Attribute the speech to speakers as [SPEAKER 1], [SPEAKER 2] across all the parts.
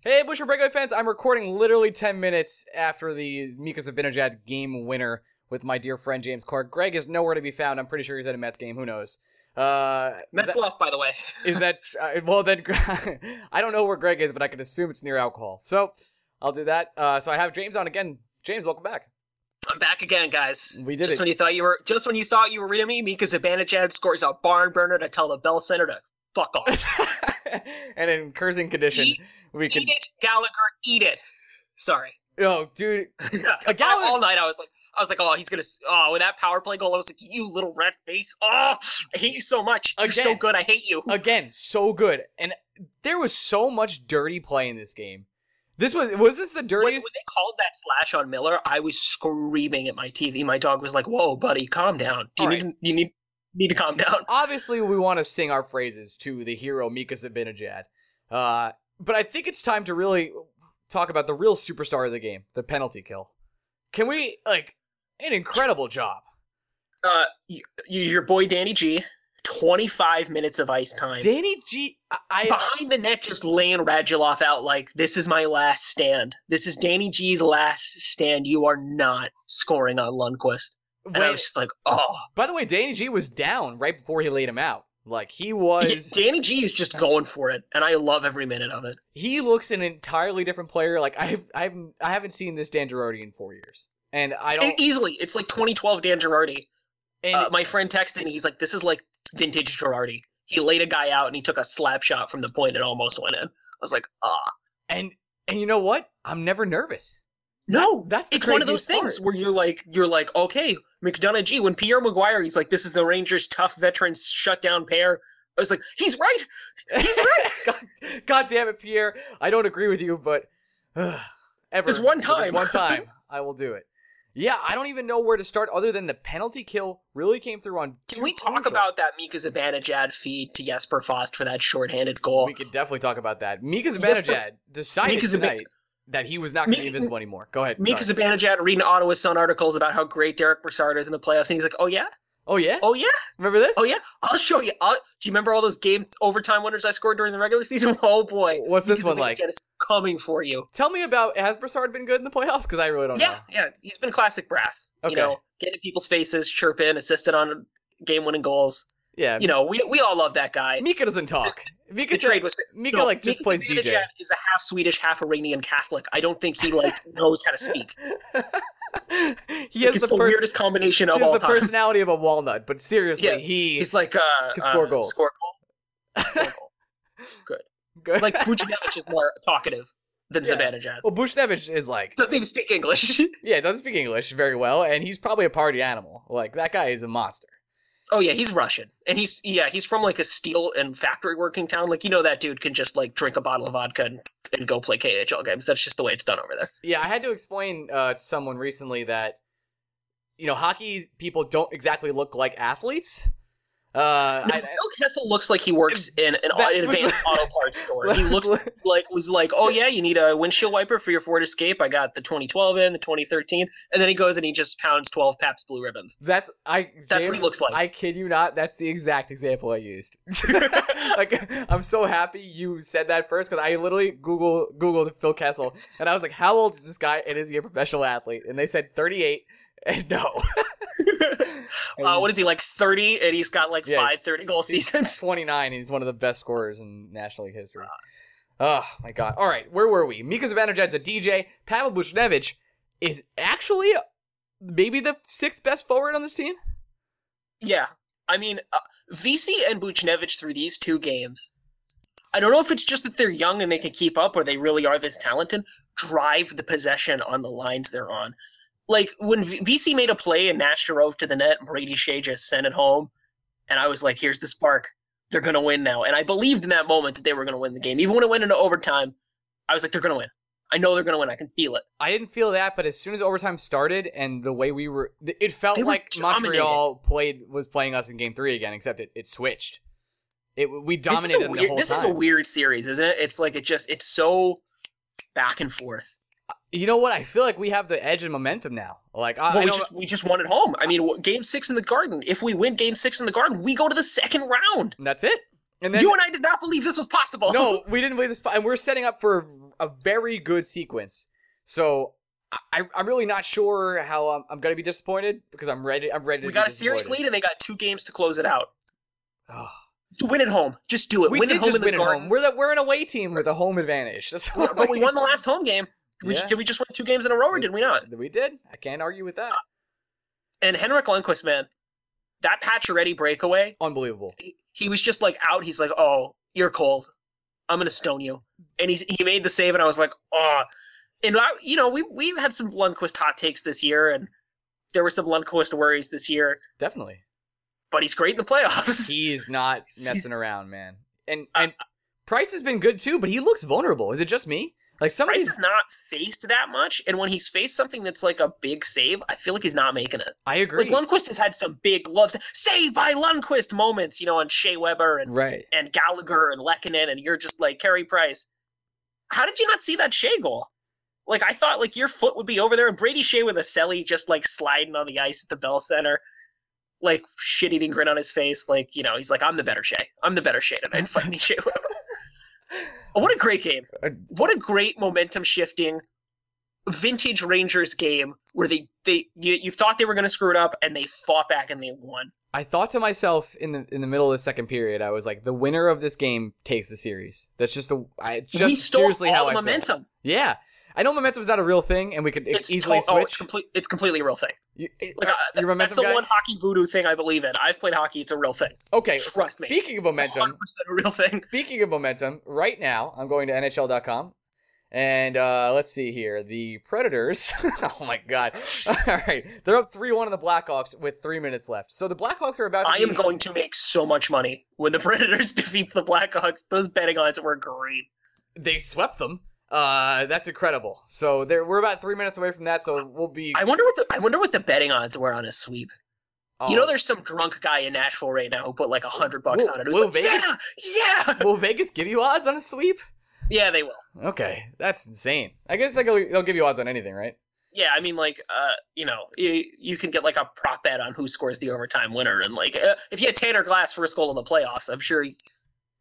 [SPEAKER 1] Hey, Busher Breakaway fans, I'm recording literally 10 minutes after the Mika Zibanejad game winner with my dear friend James Clark. Greg is nowhere to be found. I'm pretty sure he's at a Mets game. Who knows? Uh,
[SPEAKER 2] Mets
[SPEAKER 1] that-
[SPEAKER 2] lost, by the way.
[SPEAKER 1] is that uh, well then i don't know where greg is but i can assume it's near alcohol so i'll do that uh, so i have james on again james welcome back
[SPEAKER 2] I'm back again, guys.
[SPEAKER 1] We did
[SPEAKER 2] just
[SPEAKER 1] it.
[SPEAKER 2] when you thought you were just when you thought you were rid of me, Mika Zibanejad scores a barn burner to tell the Bell Center to fuck off.
[SPEAKER 1] and in cursing condition
[SPEAKER 2] Eat-
[SPEAKER 1] we can
[SPEAKER 2] eat it, Gallagher, eat it. Sorry.
[SPEAKER 1] oh dude
[SPEAKER 2] I-
[SPEAKER 1] Gallagher-
[SPEAKER 2] all night I was like I was like, oh, he's gonna s- oh when that power play goal, I was like, you little red face. Oh I hate you so much. You're so
[SPEAKER 1] Again.
[SPEAKER 2] good, I hate you.
[SPEAKER 1] again so good and there was so much dirty play in this game this was was this the
[SPEAKER 2] When, when
[SPEAKER 1] dirtiest
[SPEAKER 2] they called that slash on Miller, I was screaming at my TV. My dog was like, "Whoa, buddy, calm down. Do you
[SPEAKER 1] All right.
[SPEAKER 2] need to- you need need to calm down?"
[SPEAKER 1] obviously we want to sing our phrases to the hero Mika Zibanejad. Uh, but I think it's time to really talk about the real superstar of the game, the penalty kill. Can we like an incredible job?
[SPEAKER 2] uh, y- your boy Danny G, 25 minutes of ice time.
[SPEAKER 1] Danny G I, I
[SPEAKER 2] Behind the net, just laying Radulov out like, this is my last stand. This is Danny G's last stand. You are not scoring on Lundquist. And I
[SPEAKER 1] when-
[SPEAKER 2] was just like, oh.
[SPEAKER 1] by the way, Danny G was down right before he laid him out. Like he
[SPEAKER 2] Yeah,
[SPEAKER 1] was
[SPEAKER 2] Danny G is just going for it, and I love every minute of it.
[SPEAKER 1] he looks an entirely different player. Like I've I've I haven't seen this Dan Girardi in four years. And I
[SPEAKER 2] E-
[SPEAKER 1] don't
[SPEAKER 2] easily. It's like 2012 Dan Girardi.
[SPEAKER 1] and
[SPEAKER 2] Uh, my friend texted me, he's like, this is like vintage Girardi. He laid a guy out, and he took a slap shot from the point and almost went in. I was like, ah.
[SPEAKER 1] and and you know what? I'm never nervous.
[SPEAKER 2] No,
[SPEAKER 1] That's the
[SPEAKER 2] it's one of those
[SPEAKER 1] craziest
[SPEAKER 2] things
[SPEAKER 1] part.
[SPEAKER 2] where you're like you're like okay mcdonough g when pierre mcguire he's like this is the rangers tough veterans shutdown pair i was like he's right he's right
[SPEAKER 1] God, God damn it, Pierre. I don't agree with you, but ever
[SPEAKER 2] This one
[SPEAKER 1] but
[SPEAKER 2] time.
[SPEAKER 1] one time, I will do it. Yeah, I don't even know where to start other than the penalty kill really came through on. two
[SPEAKER 2] can we talk
[SPEAKER 1] crucial-
[SPEAKER 2] about that mika zibanejad feed to jesper Fast for that shorthanded goal
[SPEAKER 1] We could definitely talk about that. Mika
[SPEAKER 2] Yes,
[SPEAKER 1] Zibanejad
[SPEAKER 2] but-
[SPEAKER 1] decided
[SPEAKER 2] Mika Ziban-
[SPEAKER 1] tonight that he was not going to be
[SPEAKER 2] Mika-
[SPEAKER 1] invisible anymore. Go ahead.
[SPEAKER 2] mika
[SPEAKER 1] sorry.
[SPEAKER 2] zibanejad reading ottawa sun articles about how great derek broussard is in the playoffs and he's like oh yeah
[SPEAKER 1] oh yeah,
[SPEAKER 2] oh yeah
[SPEAKER 1] remember this?
[SPEAKER 2] oh yeah i'll show you I'll... do you remember all those game overtime winners i scored during the regular season oh boy
[SPEAKER 1] What's this
[SPEAKER 2] Mika
[SPEAKER 1] one like?
[SPEAKER 2] Zibanejad is coming for you
[SPEAKER 1] Tell me about has Broussard been good in the playoffs? Because I really don't
[SPEAKER 2] yeah,
[SPEAKER 1] know.
[SPEAKER 2] yeah, he's been classic brass.
[SPEAKER 1] Oh, Okay.
[SPEAKER 2] You know, getting in people's faces, chirping, assisted on game-winning goals.
[SPEAKER 1] Yeah,
[SPEAKER 2] You know, we we all love that guy.
[SPEAKER 1] Mika doesn't talk. Mika
[SPEAKER 2] the trade was
[SPEAKER 1] Mika
[SPEAKER 2] no,
[SPEAKER 1] like just
[SPEAKER 2] Mika
[SPEAKER 1] plays DJ.
[SPEAKER 2] Zibanejad Is a half Swedish, half Iranian Catholic. I don't think he like knows how to speak.
[SPEAKER 1] he
[SPEAKER 2] Like,
[SPEAKER 1] has
[SPEAKER 2] it's
[SPEAKER 1] the
[SPEAKER 2] the,
[SPEAKER 1] first.
[SPEAKER 2] weirdest combination of
[SPEAKER 1] he has
[SPEAKER 2] all
[SPEAKER 1] the
[SPEAKER 2] time.
[SPEAKER 1] personality of a walnut, but seriously,
[SPEAKER 2] Yeah,
[SPEAKER 1] he
[SPEAKER 2] He's like uh,
[SPEAKER 1] Can
[SPEAKER 2] uh,
[SPEAKER 1] score goals.
[SPEAKER 2] Score goal. Score goal.
[SPEAKER 1] good.
[SPEAKER 2] like Bucinovic is more talkative than
[SPEAKER 1] Yeah.
[SPEAKER 2] Zibanejad.
[SPEAKER 1] well, Bushnevich is like
[SPEAKER 2] Doesn't even speak English.
[SPEAKER 1] yeah, doesn't speak English very well, and he's probably a party animal. Like that guy is a monster.
[SPEAKER 2] oh yeah, he's Russian, and he's yeah, he's from like a steel and factory working town. Like you know that dude can just like drink a bottle of vodka and, and go play KHL games. That's just the way it's done over there.
[SPEAKER 1] Yeah, I had to explain uh, to someone recently that you know hockey people don't exactly look like athletes. Uh,
[SPEAKER 2] No,
[SPEAKER 1] I,
[SPEAKER 2] Phil Kessel looks like he works in an,
[SPEAKER 1] That
[SPEAKER 2] an
[SPEAKER 1] was-
[SPEAKER 2] advanced auto parts store.
[SPEAKER 1] I-
[SPEAKER 2] He looks like was like, oh yeah, you need a windshield wiper for your Ford Escape. I got the 2012 in, the 2013, and then he goes and he just pounds 12 Pabst Blue Ribbons.
[SPEAKER 1] That's I.
[SPEAKER 2] That's what he
[SPEAKER 1] James,
[SPEAKER 2] looks like.
[SPEAKER 1] I kid you not. That's the exact example I used. like I'm so happy you said that first because I literally Google googled Phil Kessel and I was like, how old is this guy and is he a professional athlete? And they said 38. And no,
[SPEAKER 2] Uh, what is he like 30, and he's got like
[SPEAKER 1] Yeah,
[SPEAKER 2] five 30 goal
[SPEAKER 1] he's
[SPEAKER 2] seasons.
[SPEAKER 1] 29. He's one of the best scorers in National League history. Oh my god! All right, where were we? Mika Zibanejad's a DJ. Pavel Buchnevich is actually maybe the sixth best forward on this team.
[SPEAKER 2] Yeah, I mean, uh, VC and Buchnevich through these two games. I don't know if it's just that they're young and they can keep up, or they really are this talented. Drive the possession on the lines they're on. Like when v- VC made a play and Nash drove to the net, Brady Shea just sent it home, and I was like, "Here's the spark. They're gonna win now." And I believed in that moment that they were gonna win the game, even when it went into overtime. I was like, "They're gonna win. I know they're gonna win. I can feel it."
[SPEAKER 1] I didn't feel that, but as soon as overtime started and the way we were, th- it felt
[SPEAKER 2] They were
[SPEAKER 1] like
[SPEAKER 2] dominating.
[SPEAKER 1] Montreal played was playing us in Game Three again. Except it, it switched. It we
[SPEAKER 2] This is a
[SPEAKER 1] dominated them the
[SPEAKER 2] weird-
[SPEAKER 1] whole
[SPEAKER 2] this
[SPEAKER 1] time.
[SPEAKER 2] is a weird series, isn't it? It's like it just it's so back and forth.
[SPEAKER 1] you know what? I feel like we have the edge and momentum now. Like I,
[SPEAKER 2] Well,
[SPEAKER 1] I
[SPEAKER 2] we
[SPEAKER 1] don't-
[SPEAKER 2] just we just won at home. I mean, wh- game six in the Garden. If we win game six in the Garden, we go to the second round.
[SPEAKER 1] and that's it. And then
[SPEAKER 2] you and I did not believe this was possible.
[SPEAKER 1] no, we didn't believe this, and we're setting up for a very good sequence. So I, I'm really not sure how I'm, I'm going to be disappointed because I'm ready. I'm ready.
[SPEAKER 2] we
[SPEAKER 1] to
[SPEAKER 2] got
[SPEAKER 1] be
[SPEAKER 2] a series
[SPEAKER 1] disappointed.
[SPEAKER 2] lead, and they got two games to close it out.
[SPEAKER 1] Ugh.
[SPEAKER 2] Win at home. Just do it.
[SPEAKER 1] We
[SPEAKER 2] win
[SPEAKER 1] did
[SPEAKER 2] at home
[SPEAKER 1] just
[SPEAKER 2] in the
[SPEAKER 1] win at
[SPEAKER 2] Garden.
[SPEAKER 1] home. We're the, we're an away team with a home advantage. That's what
[SPEAKER 2] but we won the last home game. We,
[SPEAKER 1] Yeah.
[SPEAKER 2] Did we just win two games in a row, or did we not?
[SPEAKER 1] Uh, We did. I can't argue with that.
[SPEAKER 2] And Henrik Lundqvist, man, that Pacioretty breakaway,
[SPEAKER 1] Unbelievable.
[SPEAKER 2] he- he was just like out. He's like, "Oh, you're cold. I'm gonna stone you." And he's he made the save, and I was like, "Oh." And I, you know, we we had some Lundqvist hot takes this year, and there were some Lundqvist worries this year,
[SPEAKER 1] Definitely.
[SPEAKER 2] but he's great in the playoffs.
[SPEAKER 1] He is not
[SPEAKER 2] He's- Uh,
[SPEAKER 1] messing around, man. And and Price has been good too, but he looks vulnerable. Is it just me? Like some of
[SPEAKER 2] Price
[SPEAKER 1] these,
[SPEAKER 2] is not faced that much, and when he's faced something that's like a big save, I feel like he's not making it.
[SPEAKER 1] I agree.
[SPEAKER 2] Like Lundqvist has had some big loves, saved by Lundqvist moments, you know, on Shea Weber and
[SPEAKER 1] right.
[SPEAKER 2] and Gallagher and Lekanen, and you're just like Carey Price. How did you not see that Shea goal? Like I thought, like your foot would be over there, and Brady Shea with a celly just like sliding on the ice at the Bell Center, like shit-eating grin on his face. Like you know, he's like, "I'm the better Shea. I'm the better Shea tonight." Fight me, Shea. Weber." what a great game!
[SPEAKER 1] Uh,
[SPEAKER 2] What a great momentum shifting, vintage Rangers game where they they you, you thought they were gonna screw it up, and they fought back and they won.
[SPEAKER 1] I thought to myself in the in the middle of the second period, I was like, the winner of this game takes the series. That's just the I just
[SPEAKER 2] we stole
[SPEAKER 1] seriously
[SPEAKER 2] all
[SPEAKER 1] how I
[SPEAKER 2] the
[SPEAKER 1] feel.
[SPEAKER 2] momentum.
[SPEAKER 1] Yeah, I know momentum's not a real thing, and we could
[SPEAKER 2] it's
[SPEAKER 1] easily
[SPEAKER 2] to- oh, it's
[SPEAKER 1] switch.
[SPEAKER 2] complete. It's completely a real thing.
[SPEAKER 1] you, it-
[SPEAKER 2] Like, uh,
[SPEAKER 1] you
[SPEAKER 2] th-
[SPEAKER 1] remember
[SPEAKER 2] that's the
[SPEAKER 1] guy?
[SPEAKER 2] one hockey voodoo thing I believe in. I've played hockey; it's a real thing.
[SPEAKER 1] Okay,
[SPEAKER 2] Trust me.
[SPEAKER 1] Speaking of momentum,
[SPEAKER 2] 100% a real thing.
[SPEAKER 1] Speaking of momentum, right now I'm going to NHL.com, and uh, let's see here. The Predators. oh my god! All right, they're up three-one on the Blackhawks with three minutes left. So the Blackhawks are about. To
[SPEAKER 2] I am
[SPEAKER 1] be-
[SPEAKER 2] going to make so much money when the Predators defeat the Blackhawks. Those betting odds were great.
[SPEAKER 1] They swept them. Uh, that's incredible. So they're, we're about three minutes away from that. So we'll be.
[SPEAKER 2] I wonder what the I wonder what the betting odds were on a sweep.
[SPEAKER 1] oh.
[SPEAKER 2] You know, there's some drunk guy in Nashville right now who put like a hundred bucks
[SPEAKER 1] Will-
[SPEAKER 2] on it. Who's
[SPEAKER 1] Will
[SPEAKER 2] like,
[SPEAKER 1] Vegas-
[SPEAKER 2] yeah, yeah,
[SPEAKER 1] Will Vegas give you odds on a sweep?
[SPEAKER 2] yeah. They will.
[SPEAKER 1] Okay, that's insane. I guess they'll, they'll give you odds on anything, right?
[SPEAKER 2] Yeah, I mean, like, uh, you know, you, you can get like a prop bet on who scores the overtime winner, and like, uh, if you had Tanner Glass first goal in the playoffs, I'm sure,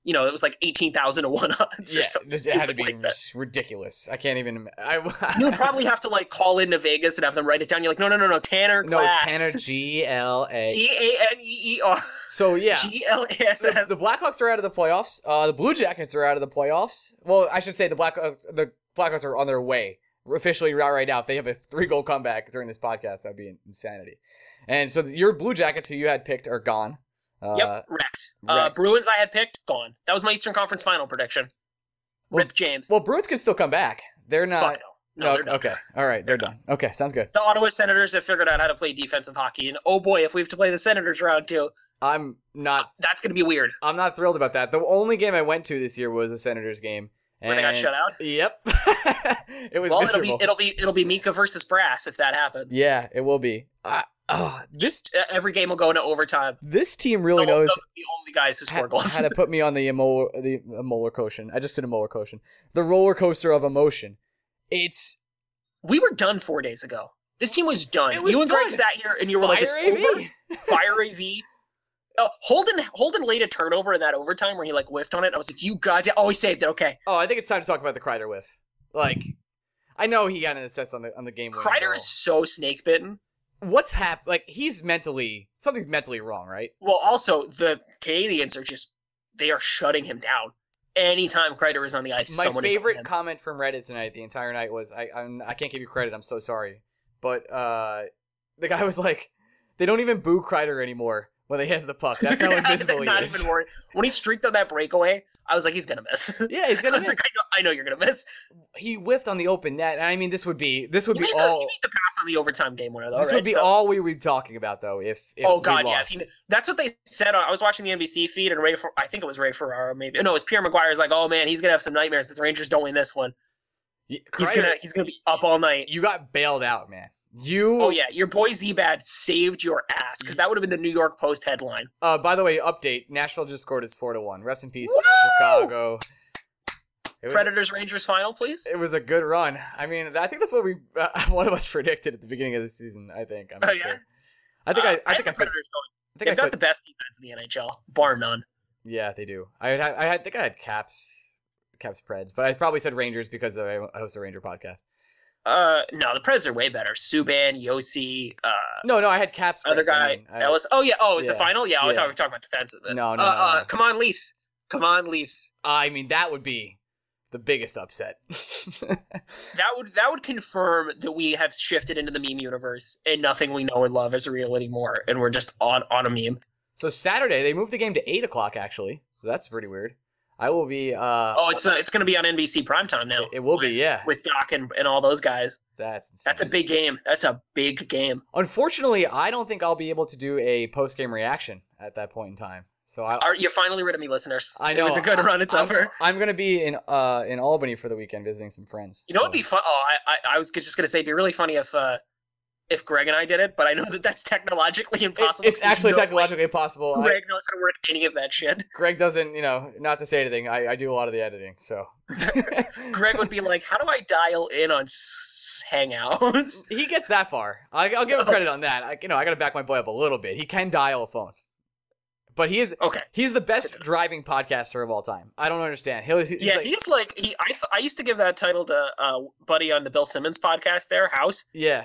[SPEAKER 2] you know, it was like eighteen thousand to one odds. or something
[SPEAKER 1] this had to
[SPEAKER 2] stupid
[SPEAKER 1] be
[SPEAKER 2] like that.
[SPEAKER 1] ridiculous. I can't even. I,
[SPEAKER 2] You would probably have to like call into Vegas and have them write it down. You're like, no, no, no, no, Tanner
[SPEAKER 1] no
[SPEAKER 2] Glass.
[SPEAKER 1] Tanner G L A.
[SPEAKER 2] G A N E E R
[SPEAKER 1] So yeah,
[SPEAKER 2] G L A S
[SPEAKER 1] the,
[SPEAKER 2] S.
[SPEAKER 1] the Blackhawks are out of the playoffs. Uh, the Blue Jackets are out of the playoffs. Well, I should say the Black uh, the Blackhawks are on their way officially right, right now. If they have a three goal comeback during this podcast, that'd be insanity. And so your Blue Jackets, who you had picked, are gone. Uh,
[SPEAKER 2] Yep, wrecked. Uh,
[SPEAKER 1] wrecked.
[SPEAKER 2] Bruins I had picked gone. That was my Eastern Conference final prediction.
[SPEAKER 1] Well-
[SPEAKER 2] Rip James.
[SPEAKER 1] Well, Bruins can still come back. They're not.
[SPEAKER 2] Fuck no. No, they're done.
[SPEAKER 1] okay. All right. They're done. Okay. Sounds good.
[SPEAKER 2] the Ottawa Senators have figured out how to play defensive hockey, and oh boy, if we have to play the Senators round two,
[SPEAKER 1] I'm not
[SPEAKER 2] that's going to be weird.
[SPEAKER 1] I'm not thrilled about that. The only game I went to this year was a Senators game,
[SPEAKER 2] Where they got shut out?
[SPEAKER 1] Yep. it was
[SPEAKER 2] well,
[SPEAKER 1] miserable.
[SPEAKER 2] it'll be it'll be it'll be Mika versus Brass if that happens.
[SPEAKER 1] yeah, it will be. Uh, uh, this
[SPEAKER 2] Uh, Every game will go into overtime.
[SPEAKER 1] this team really
[SPEAKER 2] They'll-
[SPEAKER 1] knows
[SPEAKER 2] they'll be the only guys who
[SPEAKER 1] ha-
[SPEAKER 2] score goals.
[SPEAKER 1] how to put me on the emo- the molar cotion. I just did a molar cotion. The roller coaster of emotion. It's
[SPEAKER 2] we were done four days ago. This team was done.
[SPEAKER 1] It was
[SPEAKER 2] you and Greg
[SPEAKER 1] done.
[SPEAKER 2] sat here and you were like, "It's
[SPEAKER 1] fire AV.
[SPEAKER 2] over." Fire AV. Oh, Holden Holden laid a turnover in that overtime where he like whiffed on it. I was like, "You goddamn!" Oh, he saved it. Okay.
[SPEAKER 1] Oh, I think it's time to talk about the Kreider whiff. Like, I know he got an assist on the on the game. winning Oh goal.
[SPEAKER 2] Kreider is so snake bitten.
[SPEAKER 1] what's hap like he's mentally something's mentally wrong, right?
[SPEAKER 2] Well, also the Canadians are just they are shutting him down. Anytime Kreider is on the ice,
[SPEAKER 1] My
[SPEAKER 2] someone
[SPEAKER 1] favorite
[SPEAKER 2] is on him.
[SPEAKER 1] comment from Reddit tonight, the entire night, was I I'm, I can't give you credit. I'm so sorry, but uh, the guy was like, they don't even boo Kreider anymore when he has the puck. That's how
[SPEAKER 2] They're
[SPEAKER 1] invisible he
[SPEAKER 2] not
[SPEAKER 1] is.
[SPEAKER 2] even worried. When he streaked on that breakaway, I was like, "He's gonna miss."
[SPEAKER 1] yeah, he's
[SPEAKER 2] I
[SPEAKER 1] gonna
[SPEAKER 2] was
[SPEAKER 1] miss.
[SPEAKER 2] like, I know, I know you're gonna miss.
[SPEAKER 1] He whiffed on the open net, and I mean, this would be this would
[SPEAKER 2] You
[SPEAKER 1] be
[SPEAKER 2] made, the,
[SPEAKER 1] all
[SPEAKER 2] you made the pass on the overtime game winner, though.
[SPEAKER 1] this
[SPEAKER 2] right?
[SPEAKER 1] would be
[SPEAKER 2] So-
[SPEAKER 1] all we would be talking about though. If, if
[SPEAKER 2] oh
[SPEAKER 1] we
[SPEAKER 2] god, yeah.
[SPEAKER 1] lost.
[SPEAKER 2] if he- that's what they said. on- I was watching the NBC feed, and Ray. Fer- I think it was Ray Ferraro, maybe. No, it was Pierre McGuire's like, "Oh man, he's gonna have some nightmares if the Rangers don't win this one.
[SPEAKER 1] Y-
[SPEAKER 2] He's
[SPEAKER 1] Kreider,
[SPEAKER 2] gonna he's gonna be up all night."
[SPEAKER 1] you got bailed out, man. You
[SPEAKER 2] Oh yeah, your boy Zbad saved your ass because that would have been the New York Post headline.
[SPEAKER 1] Uh, by the way, update: Nashville just scored its four to one. Rest in peace,
[SPEAKER 2] Woo!
[SPEAKER 1] Chicago. It was,
[SPEAKER 2] Predators Rangers final, please.
[SPEAKER 1] it was a good run. I mean, I think that's what we uh, one of us predicted at the beginning of the season. I think. I'm not
[SPEAKER 2] Oh, yeah?
[SPEAKER 1] sure. I think I,
[SPEAKER 2] Uh,
[SPEAKER 1] I think I,
[SPEAKER 2] had the
[SPEAKER 1] put,
[SPEAKER 2] Predators going.
[SPEAKER 1] I
[SPEAKER 2] They've
[SPEAKER 1] think I
[SPEAKER 2] got
[SPEAKER 1] put,
[SPEAKER 2] the best defense in the NHL, bar none.
[SPEAKER 1] yeah, they do. I had, I had, I think I had Caps, Caps Preds, but I probably said Rangers because I I host a Ranger podcast.
[SPEAKER 2] Uh, no, the Preds are way better. Subban, Yossi, uh,
[SPEAKER 1] No, no, I had Caps.
[SPEAKER 2] other
[SPEAKER 1] Preds. I
[SPEAKER 2] guy,
[SPEAKER 1] mean, I-
[SPEAKER 2] Ellis. Oh yeah, oh, it's
[SPEAKER 1] yeah,
[SPEAKER 2] the final. Yeah, I
[SPEAKER 1] yeah.
[SPEAKER 2] thought we were talking about defensive. then.
[SPEAKER 1] No, no,
[SPEAKER 2] uh,
[SPEAKER 1] no,
[SPEAKER 2] uh,
[SPEAKER 1] no.
[SPEAKER 2] come on, Leafs. Come on, Leafs.
[SPEAKER 1] I mean, that would be the biggest upset.
[SPEAKER 2] That would that would confirm that we have shifted into the meme universe and nothing we know and love is real anymore, and we're just on on a meme.
[SPEAKER 1] so Saturday they moved the game to eight o'clock actually. So that's pretty weird. I will be. Uh,
[SPEAKER 2] Oh, it's uh, it's going to be on NBC primetime now.
[SPEAKER 1] It- it will be,
[SPEAKER 2] with-
[SPEAKER 1] yeah.
[SPEAKER 2] with Doc and, and all those guys.
[SPEAKER 1] That's insane.
[SPEAKER 2] That's a big game. That's a big game.
[SPEAKER 1] Unfortunately, I don't think I'll be able to do a post game reaction at that point in time. So I,
[SPEAKER 2] Are you finally rid of me, listeners?
[SPEAKER 1] I know
[SPEAKER 2] it was a good
[SPEAKER 1] I-
[SPEAKER 2] run. It's
[SPEAKER 1] I'm,
[SPEAKER 2] over.
[SPEAKER 1] I'm gonna be in uh in Albany for the weekend visiting some friends.
[SPEAKER 2] You know,
[SPEAKER 1] so-
[SPEAKER 2] it'd be fun. Oh, I, I I was just going to say, it'd be really funny if uh if Greg and I did it, but I know that that's technologically
[SPEAKER 1] It-
[SPEAKER 2] impossible.
[SPEAKER 1] it's
[SPEAKER 2] 'cause
[SPEAKER 1] actually
[SPEAKER 2] no way
[SPEAKER 1] technologically impossible. I-
[SPEAKER 2] Greg knows how to work any of that shit.
[SPEAKER 1] Greg doesn't, you know, not to say anything. I, I do a lot of the editing, so
[SPEAKER 2] Greg would be like, "How do I dial in on s- Hangouts?"
[SPEAKER 1] he gets that far. I, I'll
[SPEAKER 2] Oh.
[SPEAKER 1] give him credit on that. I, you know, I gotta back my boy up a little bit. He can dial a phone, but he is
[SPEAKER 2] Okay.
[SPEAKER 1] he's the best driving podcaster of all time. I don't understand. He'll, he's
[SPEAKER 2] yeah,
[SPEAKER 1] like,
[SPEAKER 2] he's like he. I, th- I used to give that title to uh, Buddy on the Bill Simmons podcast. There, House.
[SPEAKER 1] yeah.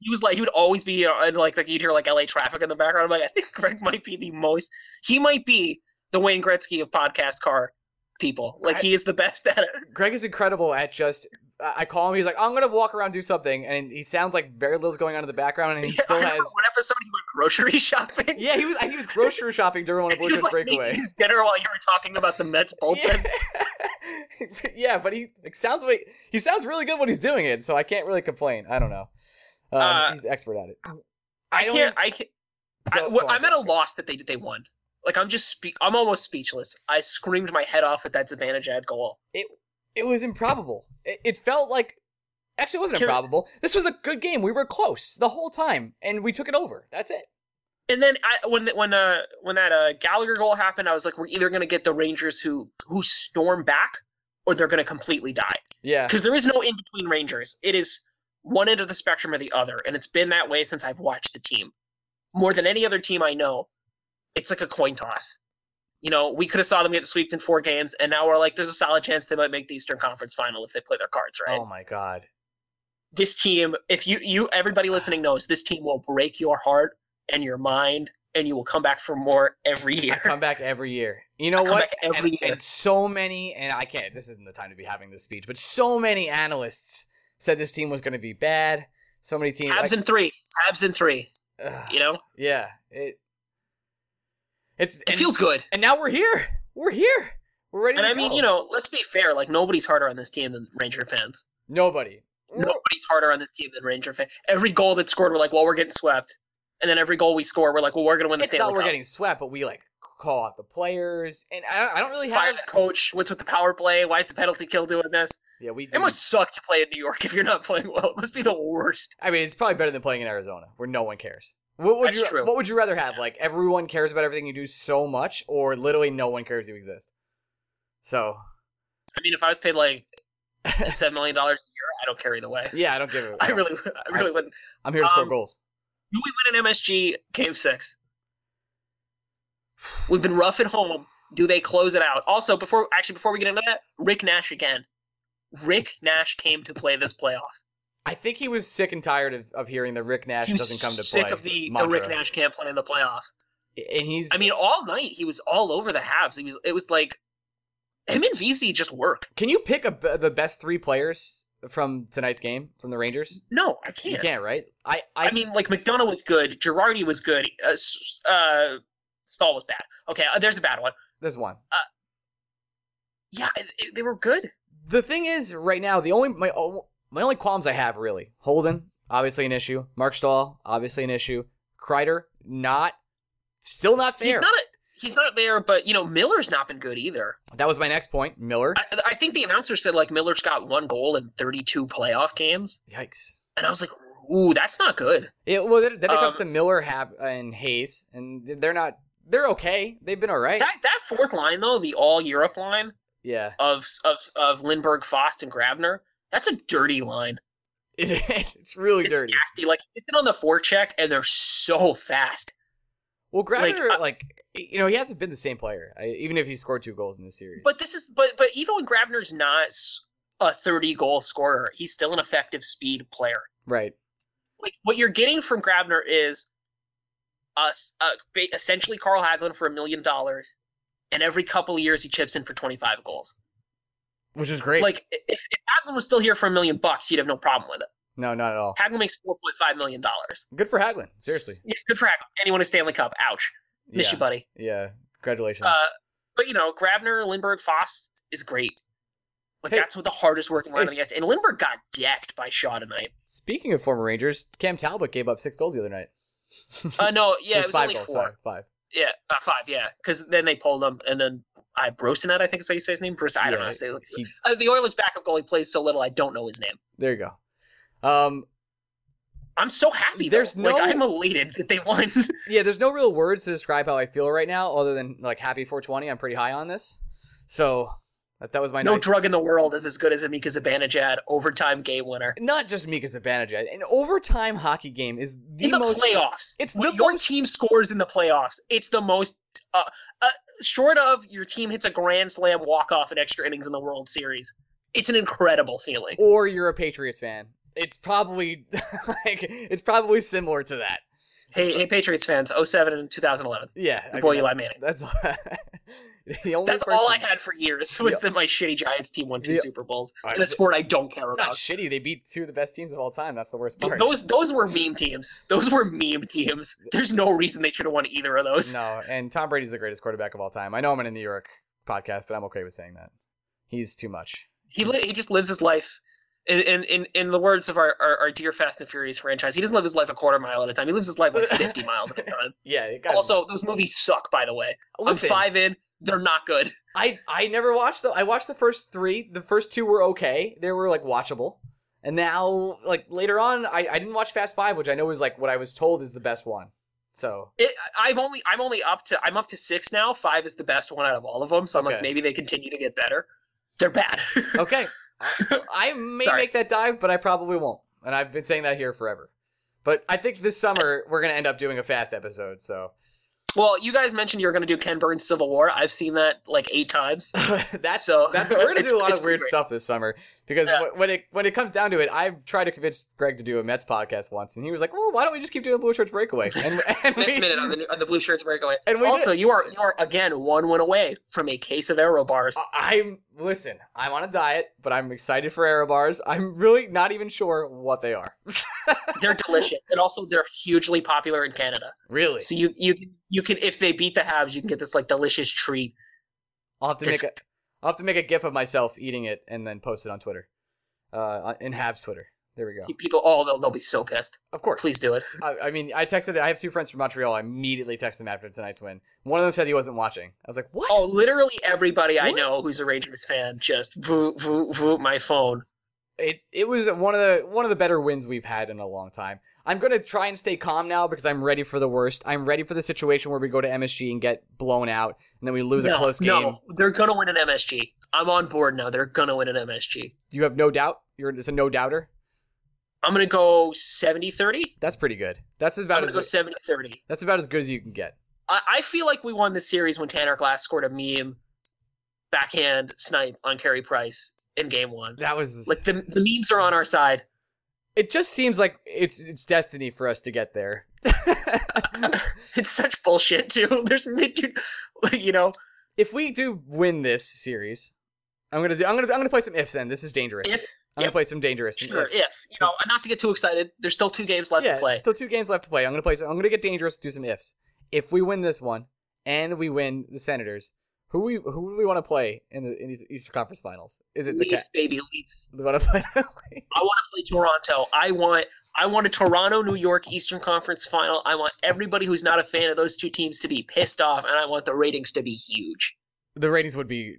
[SPEAKER 2] He was like he would always be uh, and, like like you'd hear like L.A. traffic in the background. I'm like, I think Greg might be the most. He might be the Wayne Gretzky of podcast car people. Like
[SPEAKER 1] I-
[SPEAKER 2] he is the best at it.
[SPEAKER 1] Greg is incredible at just. I I call him. He's like, I'm gonna walk around, do something, and he sounds like very little's going on in the background, and he
[SPEAKER 2] Yeah, I
[SPEAKER 1] still
[SPEAKER 2] remember
[SPEAKER 1] has.
[SPEAKER 2] one episode he went grocery shopping.
[SPEAKER 1] Yeah, he was. He was grocery shopping during one of
[SPEAKER 2] He was
[SPEAKER 1] Bush's
[SPEAKER 2] like
[SPEAKER 1] breakaway.
[SPEAKER 2] making his dinner while you were talking about the Mets bullpen.
[SPEAKER 1] Yeah. yeah, but he like, sounds like he sounds really good when he's doing it, so I can't really complain. I don't know. Um,
[SPEAKER 2] Uh,
[SPEAKER 1] he's expert at it.
[SPEAKER 2] I
[SPEAKER 1] don't
[SPEAKER 2] can't. I can't. I,
[SPEAKER 1] Go-
[SPEAKER 2] well,
[SPEAKER 1] go on,
[SPEAKER 2] I'm at a
[SPEAKER 1] Dexter.
[SPEAKER 2] loss that they they won. Like I'm just spe- I'm almost speechless. I screamed my head off at that Zibanejad goal.
[SPEAKER 1] It was improbable. It, it felt like. Actually, it wasn't
[SPEAKER 2] Can-
[SPEAKER 1] improbable. This was a good game. We were close the whole time, and we took it over. That's it.
[SPEAKER 2] And then I, when when uh when that uh Gallagher goal happened, I was like, we're either gonna get the Rangers who who storm back, or they're gonna completely die
[SPEAKER 1] Yeah.
[SPEAKER 2] because there is no in between Rangers. It is one end of the spectrum or the other, and it's been that way since I've watched the team. More than any other team I know, it's like a coin toss. You know, we could have saw them get swept in four games, and now we're like, there's a solid chance they might make the Eastern Conference Final if they play their cards right.
[SPEAKER 1] Oh my god.
[SPEAKER 2] this team if you you everybody listening knows this team will break your heart and your mind and you will come back for more every
[SPEAKER 1] I
[SPEAKER 2] year
[SPEAKER 1] come back every year. You know
[SPEAKER 2] come
[SPEAKER 1] what?
[SPEAKER 2] back every
[SPEAKER 1] and,
[SPEAKER 2] year.
[SPEAKER 1] and so many, and I can't. This isn't the time to be having this speech, but so many analysts said this team was going to be bad. So many teams.
[SPEAKER 2] Habs
[SPEAKER 1] like,
[SPEAKER 2] in three Habs in three
[SPEAKER 1] ugh,
[SPEAKER 2] you know
[SPEAKER 1] yeah. It. It's
[SPEAKER 2] it
[SPEAKER 1] and,
[SPEAKER 2] feels good
[SPEAKER 1] and now we're here. We're here. We're ready.
[SPEAKER 2] and
[SPEAKER 1] to
[SPEAKER 2] i mean
[SPEAKER 1] go.
[SPEAKER 2] you know let's be fair like nobody's harder on this team than ranger fans
[SPEAKER 1] nobody.
[SPEAKER 2] nobody's harder on this team than ranger fans every goal that's scored we're like well we're getting swept and then every goal we score we're like well we're gonna win the
[SPEAKER 1] It's
[SPEAKER 2] Stanley
[SPEAKER 1] not we're
[SPEAKER 2] Cup.
[SPEAKER 1] getting swept, but we like call out the players, and I don't, I don't really
[SPEAKER 2] Fire
[SPEAKER 1] have.
[SPEAKER 2] the coach. What's with the power play? Why is the penalty kill doing this?
[SPEAKER 1] Yeah, we.
[SPEAKER 2] It
[SPEAKER 1] Do.
[SPEAKER 2] must suck to play in New York if you're not playing well. It must be the worst.
[SPEAKER 1] I mean, it's probably better than playing in Arizona, where no one cares. What would
[SPEAKER 2] That's
[SPEAKER 1] you
[SPEAKER 2] true.
[SPEAKER 1] What would you rather have? Like everyone cares about everything you do so much, or literally no one cares you exist. So
[SPEAKER 2] I mean, if I was paid like seven million dollars a year, I don't care either way.
[SPEAKER 1] yeah, I don't give a.
[SPEAKER 2] I really, I really wouldn't.
[SPEAKER 1] I'm here to score
[SPEAKER 2] um,
[SPEAKER 1] goals.
[SPEAKER 2] Do we win an MSG game six? We've been rough at home. Do they close it out? Also, before actually before we get into that, Rick Nash again. Rick Nash came to play this playoff.
[SPEAKER 1] I think he was sick and tired of, of hearing that Rick Nash
[SPEAKER 2] He was
[SPEAKER 1] doesn't come to
[SPEAKER 2] sick
[SPEAKER 1] play.
[SPEAKER 2] of the, the
[SPEAKER 1] mantra.
[SPEAKER 2] Rick Nash can't play in the playoffs.
[SPEAKER 1] and he's.
[SPEAKER 2] I mean, all night he was all over the Habs. He was. It was like him and VC just work.
[SPEAKER 1] can you pick a, b- the best three players from tonight's game from the Rangers?
[SPEAKER 2] No, I
[SPEAKER 1] You
[SPEAKER 2] can't.
[SPEAKER 1] can't, right? I I,
[SPEAKER 2] I mean, like McDonough was good. Girardi was good. Uh, S- uh, Stahl was bad. Okay, uh, there's a bad one.
[SPEAKER 1] there's one.
[SPEAKER 2] Yeah, it- it- they were good.
[SPEAKER 1] the thing is, right now, the only my o- my only qualms I have really Holden, obviously an issue. Mark Stahl, obviously an issue. Kreider, not, still not fair.
[SPEAKER 2] He's not. A, he's not there, but you know Miller's not been good either.
[SPEAKER 1] that was my next point. Miller,
[SPEAKER 2] I, I think the announcer said like Miller's got one goal in 32 playoff games,
[SPEAKER 1] yikes.
[SPEAKER 2] and I was like, ooh, that's not good.
[SPEAKER 1] It, well, then, then it comes
[SPEAKER 2] Um,
[SPEAKER 1] to Miller, Hab, and Hayes, and they're not. They're okay. They've been all right.
[SPEAKER 2] That that fourth line though, the all Europe line
[SPEAKER 1] yeah.
[SPEAKER 2] of of of Lindbergh, Fost, and Grabner. That's a dirty line.
[SPEAKER 1] it's really
[SPEAKER 2] It's
[SPEAKER 1] dirty.
[SPEAKER 2] nasty. Like it's on the forecheck, and they're so fast.
[SPEAKER 1] Well, Grabner, like,
[SPEAKER 2] like, uh,
[SPEAKER 1] you know, he hasn't been the same player, I, even if he scored two goals in this series.
[SPEAKER 2] But this is but but even when Grabner's not s- a 30 goal scorer, he's still an effective speed player.
[SPEAKER 1] right.
[SPEAKER 2] Like what you're getting from Grabner is us uh, ba- essentially Carl Hagelin for a million dollars, and every couple of years he chips in for 25 goals.
[SPEAKER 1] Which is great.
[SPEAKER 2] Like i- if, if Hagelin was still here for a million bucks, he'd have no problem with it.
[SPEAKER 1] no, not at all.
[SPEAKER 2] Hagelin makes 4.5 million dollars.
[SPEAKER 1] Good for Haglin. Seriously.
[SPEAKER 2] yeah, good for Hagelin. Anyone a Stanley Cup, ouch, miss
[SPEAKER 1] yeah.
[SPEAKER 2] you, buddy.
[SPEAKER 1] Yeah. Congratulations.
[SPEAKER 2] Uh, but you know, Grabner, Lindbergh, Foss is great. Like
[SPEAKER 1] Hey.
[SPEAKER 2] that's what the hardest working line of the
[SPEAKER 1] It's-
[SPEAKER 2] guys. And Lindbergh got decked by Shaw tonight.
[SPEAKER 1] Speaking of former Rangers, Cam Talbot gave up six goals the other night.
[SPEAKER 2] Uh, no, yeah, it was
[SPEAKER 1] five
[SPEAKER 2] only
[SPEAKER 1] goals.
[SPEAKER 2] four.
[SPEAKER 1] Sorry, five.
[SPEAKER 2] Yeah, uh, five. Yeah, because then they pulled him, and then I Brosinette, I think is how you say his name. Bruce, I don't
[SPEAKER 1] Yeah,
[SPEAKER 2] know. Say, like,
[SPEAKER 1] he-
[SPEAKER 2] uh, the Oilers' backup goalie plays so little, I don't know his name.
[SPEAKER 1] There you go. Um,
[SPEAKER 2] I'm so happy. though.
[SPEAKER 1] There's
[SPEAKER 2] like
[SPEAKER 1] no-
[SPEAKER 2] I'm elated that they won.
[SPEAKER 1] yeah, there's no real words to describe how I feel right now, other than like happy 420. I'm pretty high on this, so that, that was my
[SPEAKER 2] no
[SPEAKER 1] nice-
[SPEAKER 2] drug in the world is as good as Amika Zibanejad overtime game winner
[SPEAKER 1] Not just Mika Zibanejad. An overtime hockey game is the,
[SPEAKER 2] in the
[SPEAKER 1] most
[SPEAKER 2] playoffs.
[SPEAKER 1] it's
[SPEAKER 2] when
[SPEAKER 1] the
[SPEAKER 2] your
[SPEAKER 1] most-
[SPEAKER 2] team scores in the playoffs. It's the most uh, uh, short of your team hits a grand slam walk off in extra innings in the World Series. It's an incredible feeling.
[SPEAKER 1] Or you're a Patriots fan. It's probably like it's probably similar to that.
[SPEAKER 2] Hey, hey, Patriots fans, 07 and 2011.
[SPEAKER 1] Yeah, I
[SPEAKER 2] Your boy
[SPEAKER 1] mean,
[SPEAKER 2] Eli Manning.
[SPEAKER 1] That's the only.
[SPEAKER 2] That's all I
[SPEAKER 1] person-
[SPEAKER 2] had for years was
[SPEAKER 1] Yeah.
[SPEAKER 2] that my shitty Giants team won two
[SPEAKER 1] Yeah.
[SPEAKER 2] Super Bowls
[SPEAKER 1] I- Ah,
[SPEAKER 2] in a sport I don't care
[SPEAKER 1] Not
[SPEAKER 2] about.
[SPEAKER 1] shitty. They beat two of the best teams of all time. That's the worst
[SPEAKER 2] Dude,
[SPEAKER 1] part.
[SPEAKER 2] Those those were meme teams. Those were meme teams. There's no reason they should have won either of those.
[SPEAKER 1] No, and Tom Brady's the greatest quarterback of all time. I know I'm in a New York podcast, but I'm okay with saying that. He's too much.
[SPEAKER 2] He li- he just lives his life. In in in, in the words of our, our our dear Fast and Furious franchise, he doesn't live his life a quarter mile at a time. He lives his life like 50 miles at a time.
[SPEAKER 1] Yeah. It got
[SPEAKER 2] Also, those movies suck. By the way,
[SPEAKER 1] Listen,
[SPEAKER 2] I'm five in. They're not good.
[SPEAKER 1] I I never watched them. I watched the first three. The first two were okay. They were like watchable. And now, like later on, I, I didn't watch Fast Five, which I know is like what I was told is the best one. So
[SPEAKER 2] It, I've only I'm only up to I'm up to six now. Five is the best one out of all of them. So I'm
[SPEAKER 1] Okay.
[SPEAKER 2] like maybe they continue to get better. They're bad.
[SPEAKER 1] okay, I may
[SPEAKER 2] Sorry.
[SPEAKER 1] make that dive, but I probably won't. And I've been saying that here forever. But I think this summer we're gonna end up doing a fast episode. So
[SPEAKER 2] Well, you guys mentioned you were going to do Ken Burns' Civil War. I've seen that like eight times.
[SPEAKER 1] that's
[SPEAKER 2] So-
[SPEAKER 1] that, we're gonna
[SPEAKER 2] it's-
[SPEAKER 1] do a lot
[SPEAKER 2] it's
[SPEAKER 1] of weird
[SPEAKER 2] great.
[SPEAKER 1] stuff this summer because
[SPEAKER 2] Yeah.
[SPEAKER 1] wh- when it when it comes down to it, I've tried to convince Greg to do a Mets podcast once, and he was like, "Well, why don't we just keep doing Blue Shirts Breakaway?" And, and
[SPEAKER 2] Next
[SPEAKER 1] we,
[SPEAKER 2] minute on the, on the Blue Shirts breakaway.
[SPEAKER 1] and we
[SPEAKER 2] Also,
[SPEAKER 1] did.
[SPEAKER 2] you are you are again one win away from a case of arrow bars.
[SPEAKER 1] I- I'm listen. I'm on a diet, but I'm excited for Aero Bars. I'm really not even sure what they are.
[SPEAKER 2] They're delicious, and also they're hugely popular in Canada.
[SPEAKER 1] really,
[SPEAKER 2] So you you you can if they beat the Habs, you can get this like delicious treat.
[SPEAKER 1] I'll have to
[SPEAKER 2] It's-
[SPEAKER 1] make a I'll have to make a gif of myself eating it and then post it on Twitter, uh, on- in Habs Twitter. There we go.
[SPEAKER 2] People, oh, they'll, they'll be so pissed.
[SPEAKER 1] Of course.
[SPEAKER 2] Please do it.
[SPEAKER 1] I, I mean, I texted. I have two friends from Montreal. I immediately texted them after tonight's win. One of them said he wasn't watching. I was like, "What?
[SPEAKER 2] Oh, literally everybody I
[SPEAKER 1] What?
[SPEAKER 2] know who's a Rangers fan just voot voot voot my phone.
[SPEAKER 1] It it was one of the one of the better wins we've had in a long time. I'm gonna try and stay calm now because I'm ready for the worst. I'm ready for the situation where we go to MSG and get blown out, and then we lose
[SPEAKER 2] no,
[SPEAKER 1] a close game.
[SPEAKER 2] no, they're gonna win an MSG. I'm on board now. They're gonna win an MSG.
[SPEAKER 1] You have no doubt. You're it's a no doubter.
[SPEAKER 2] I'm gonna go 70-30.
[SPEAKER 1] That's pretty good. That's
[SPEAKER 2] I'm
[SPEAKER 1] about
[SPEAKER 2] gonna
[SPEAKER 1] as
[SPEAKER 2] go 70-30.
[SPEAKER 1] that's about as good as you can get.
[SPEAKER 2] I, I feel like we won the series when Tanner Glass scored a meme backhand snipe on Carey Price in game one.
[SPEAKER 1] That was
[SPEAKER 2] Like the the memes are on our side.
[SPEAKER 1] it. Just seems like it's it's destiny for us to get there.
[SPEAKER 2] It's such bullshit too. There's you know
[SPEAKER 1] if we do win this series, I'm gonna do, I'm gonna I'm gonna play some ifs. Then this is dangerous.
[SPEAKER 2] If-
[SPEAKER 1] I'm
[SPEAKER 2] yeah.
[SPEAKER 1] gonna play some dangerous. and
[SPEAKER 2] sure
[SPEAKER 1] ifs.
[SPEAKER 2] if you know not to get too excited. There's still two games left
[SPEAKER 1] yeah,
[SPEAKER 2] to play.
[SPEAKER 1] still two games left to play. I'm gonna play. Some, I'm gonna get dangerous. Do some ifs. If we win this one and we win the Senators, who we who do we want to play in the in the Eastern Conference Finals? Is it the cat?
[SPEAKER 2] Leafs, baby, Leafs.
[SPEAKER 1] We want to play.
[SPEAKER 2] I want to play Toronto. I want I want a Toronto New York Eastern Conference final. I want everybody who's not a fan of those two teams to be pissed off, and I want the ratings to be huge.
[SPEAKER 1] the ratings would be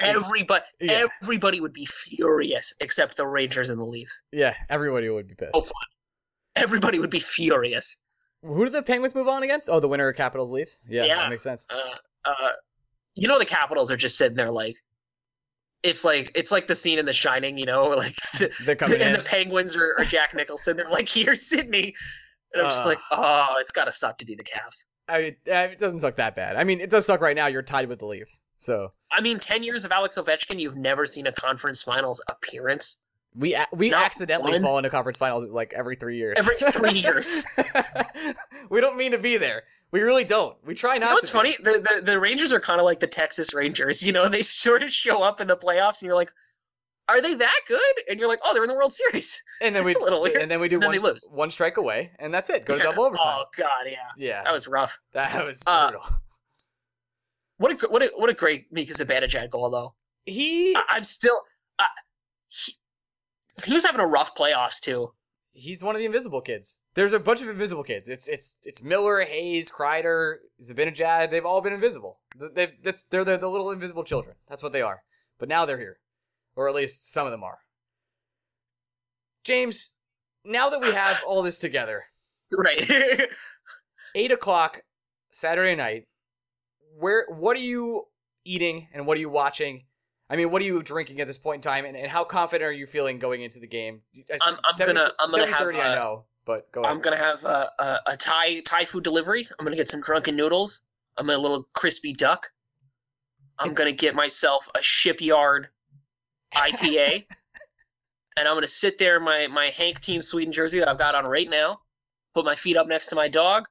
[SPEAKER 2] Everybody
[SPEAKER 1] Yeah.
[SPEAKER 2] everybody would be furious except the Rangers and the Leafs.
[SPEAKER 1] yeah. Everybody would be pissed.
[SPEAKER 2] Oh, Everybody would be furious.
[SPEAKER 1] Who do the Penguins move on against? Oh, the winner of Capitals Leafs. Yeah,
[SPEAKER 2] Yeah.
[SPEAKER 1] that makes sense.
[SPEAKER 2] Uh, uh, you know the Capitals are just sitting there like it's like it's like the scene in The Shining, you know, where like the,
[SPEAKER 1] They're coming in.
[SPEAKER 2] and the Penguins are, are Jack Nicholson. They're like, here's Sydney, and I'm just
[SPEAKER 1] Uh.
[SPEAKER 2] like, oh, it's got to suck to do the Cavs.
[SPEAKER 1] I mean, uh, it doesn't suck that bad. I mean, it does suck right now. You're tied with the Leafs, so
[SPEAKER 2] I mean, ten years of Alex Ovechkin, you've never seen a conference finals appearance
[SPEAKER 1] we a- we
[SPEAKER 2] Not
[SPEAKER 1] accidentally
[SPEAKER 2] one.
[SPEAKER 1] fall into conference finals like every three years.
[SPEAKER 2] every three years.
[SPEAKER 1] we don't mean to be there. We really don't. We try
[SPEAKER 2] You
[SPEAKER 1] not.
[SPEAKER 2] know what's
[SPEAKER 1] to be.
[SPEAKER 2] funny? The, the the Rangers are kind of like the Texas Rangers. You know, they sort of show up in the playoffs, and you're like, are they that good? And you're like, oh, they're in the World Series.
[SPEAKER 1] And then we
[SPEAKER 2] It's a little weird.
[SPEAKER 1] and then we do
[SPEAKER 2] And then
[SPEAKER 1] one,
[SPEAKER 2] they lose.
[SPEAKER 1] one strike away, and that's it. Go to
[SPEAKER 2] Yeah.
[SPEAKER 1] double overtime.
[SPEAKER 2] Oh god, yeah,
[SPEAKER 1] yeah,
[SPEAKER 2] that was rough.
[SPEAKER 1] that was
[SPEAKER 2] Uh,
[SPEAKER 1] brutal.
[SPEAKER 2] What a gr- what a what a great Mika Zibanejad goal though.
[SPEAKER 1] he
[SPEAKER 2] I, I'm still. I he, he was having a rough playoffs too.
[SPEAKER 1] he's one of the invisible kids. There's a bunch of invisible kids. It's it's it's Miller, Hayes, Kreider, Zabinajad. They've all been invisible. Th- They've, that's, they're, they're the little invisible children. That's what they are. But now they're here, or at least some of them are. James, now that we have all this together,
[SPEAKER 2] Right.
[SPEAKER 1] eight o'clock Saturday night. Where what are you eating and what are you watching? I mean, what are you drinking at this point in time, and, and how confident are you feeling going into the game? It's
[SPEAKER 2] I'm- I'm gonna- I'm gonna have,
[SPEAKER 1] 7:30, I
[SPEAKER 2] uh,
[SPEAKER 1] know, but go ahead.
[SPEAKER 2] I'm gonna have a, a, a Thai Thai food delivery. I'm gonna get some drunken noodles. I'm gonna a little crispy duck. I'm gonna get myself a shipyard IPA, and I'm gonna sit there in my my Hank Team Sweden jersey that I've got on right now. Put my feet up next to my dog,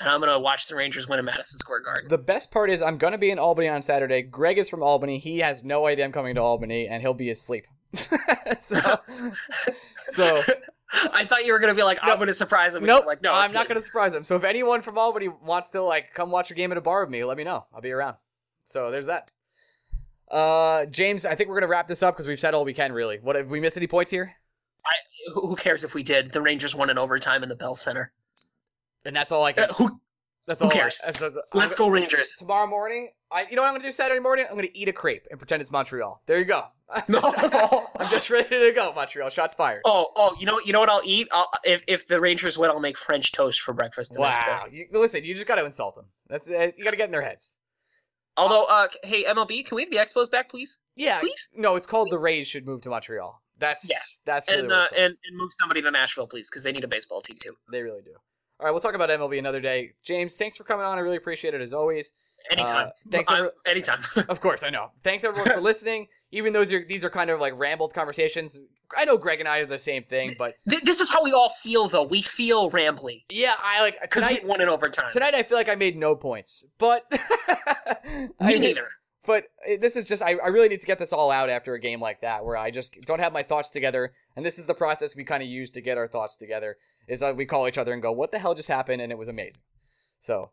[SPEAKER 2] and I'm gonna watch the Rangers win at Madison Square Garden.
[SPEAKER 1] The best part is I'm gonna be in Albany on Saturday. Greg is from Albany. He has no idea I'm coming to Albany, and he'll be asleep. so, so
[SPEAKER 2] I thought you were gonna be like,
[SPEAKER 1] No.
[SPEAKER 2] I'm gonna surprise him. and
[SPEAKER 1] nope.
[SPEAKER 2] you're like, no,
[SPEAKER 1] I'm
[SPEAKER 2] it's
[SPEAKER 1] not gonna surprise him. So if anyone from Albany wants to like come watch a game at a bar with me, let me know. I'll be around. So there's that. Uh, James, I think we're gonna wrap this up because we've said all we can. Really, what have we missed any points here?
[SPEAKER 2] Who who cares if we did? The Rangers won in overtime in the Bell Center.
[SPEAKER 1] And that's all I can.
[SPEAKER 2] Uh, who?
[SPEAKER 1] That's
[SPEAKER 2] who
[SPEAKER 1] all.
[SPEAKER 2] cares?
[SPEAKER 1] I, that's, that's, I'm
[SPEAKER 2] Let's
[SPEAKER 1] go-
[SPEAKER 2] go Rangers.
[SPEAKER 1] Tomorrow morning, I you know what I'm gonna do Saturday morning? I'm gonna eat a crepe and pretend it's Montreal. There you go.
[SPEAKER 2] No.
[SPEAKER 1] I'm just ready to go, Montreal. Shots fired.
[SPEAKER 2] Oh, oh, you know, you know what I'll eat? I'll, if if the Rangers win, I'll make French toast for breakfast. The Next
[SPEAKER 1] Wow.
[SPEAKER 2] day.
[SPEAKER 1] You, listen, you just got to insult them. That's uh, you got to get in their heads.
[SPEAKER 2] Although, uh, hey MLB, can we have the Expos back, please?
[SPEAKER 1] Yeah.
[SPEAKER 2] Please.
[SPEAKER 1] No, it's called the Rays should move to Montreal. That's
[SPEAKER 2] Yeah.
[SPEAKER 1] that's really
[SPEAKER 2] And,
[SPEAKER 1] what
[SPEAKER 2] uh,
[SPEAKER 1] it's called.
[SPEAKER 2] and and move somebody to Nashville, please, because they need a baseball team too.
[SPEAKER 1] they really do. All right, we'll talk about MLB another day. James, thanks for coming on. I really appreciate it as always.
[SPEAKER 2] Anytime.
[SPEAKER 1] Uh, thanks,
[SPEAKER 2] I'm-
[SPEAKER 1] every-
[SPEAKER 2] anytime.
[SPEAKER 1] Of course, I know. Thanks everyone for listening. Even those are these are kind of like rambled conversations. I know Greg and I are the same thing, but
[SPEAKER 2] Th- this is how we all feel, though. We feel rambly
[SPEAKER 1] yeah, I like
[SPEAKER 2] because we
[SPEAKER 1] tonight.
[SPEAKER 2] won in overtime.
[SPEAKER 1] Tonight I feel like I made no points, but
[SPEAKER 2] Me
[SPEAKER 1] I did-
[SPEAKER 2] neither.
[SPEAKER 1] but uh, this is just I, I really need to get this all out after a game like that where i just don't have my thoughts together and this is the process we kind of use to get our thoughts together is that we call each other and go what the hell just happened and it was amazing so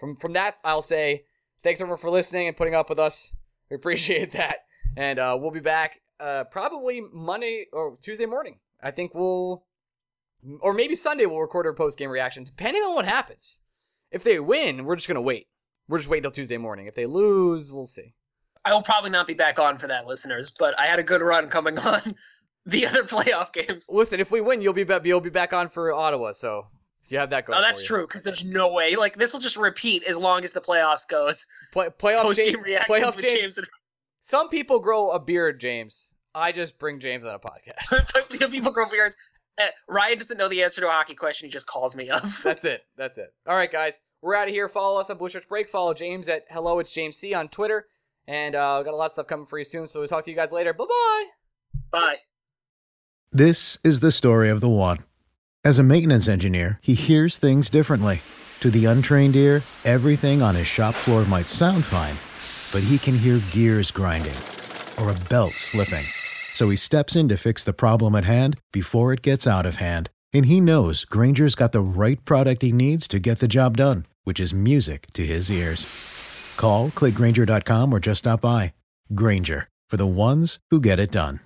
[SPEAKER 1] from from that i'll say thanks everyone for listening and putting up with us we appreciate that and uh, we'll be back uh, probably monday or tuesday morning I think we'll, or maybe Sunday we'll record our post game reaction, depending on what happens. If they win, we're just gonna wait. We're just waiting till Tuesday morning. If they lose, we'll see.
[SPEAKER 2] I will probably not be back on for that, listeners. But I had a good run coming on the other playoff games.
[SPEAKER 1] Listen, if we win, you'll be back. You'll be back on for Ottawa, so you have that going.
[SPEAKER 2] Oh, that's
[SPEAKER 1] for you.
[SPEAKER 2] true. Because there's no way. Like this will just repeat as long as the playoffs goes.
[SPEAKER 1] Play, playoff
[SPEAKER 2] Post game
[SPEAKER 1] James,
[SPEAKER 2] reaction
[SPEAKER 1] playoff
[SPEAKER 2] with
[SPEAKER 1] James.
[SPEAKER 2] James and
[SPEAKER 1] Some people grow a beard, James. I just bring James on a podcast.
[SPEAKER 2] people grow beards. Uh, Ryan doesn't know the answer to a hockey question. He just calls me up.
[SPEAKER 1] That's it. That's it. All right, guys, we're out of here. Follow us on Blue Church Break. Follow James at Hello It's James C on Twitter, and uh, we got a lot of stuff coming for you soon. So we'll talk to you guys later. Bye bye.
[SPEAKER 2] Bye.
[SPEAKER 3] This is the story of the one. As a maintenance engineer, he hears things differently. To the untrained ear, everything on his shop floor might sound fine, but he can hear gears grinding or a belt slipping. So he steps in to fix the problem at hand before it gets out of hand. And he knows Granger's got the right product he needs to get the job done, which is music to his ears. Call, click Granger.com, or just stop by. Granger, for the ones who get it done.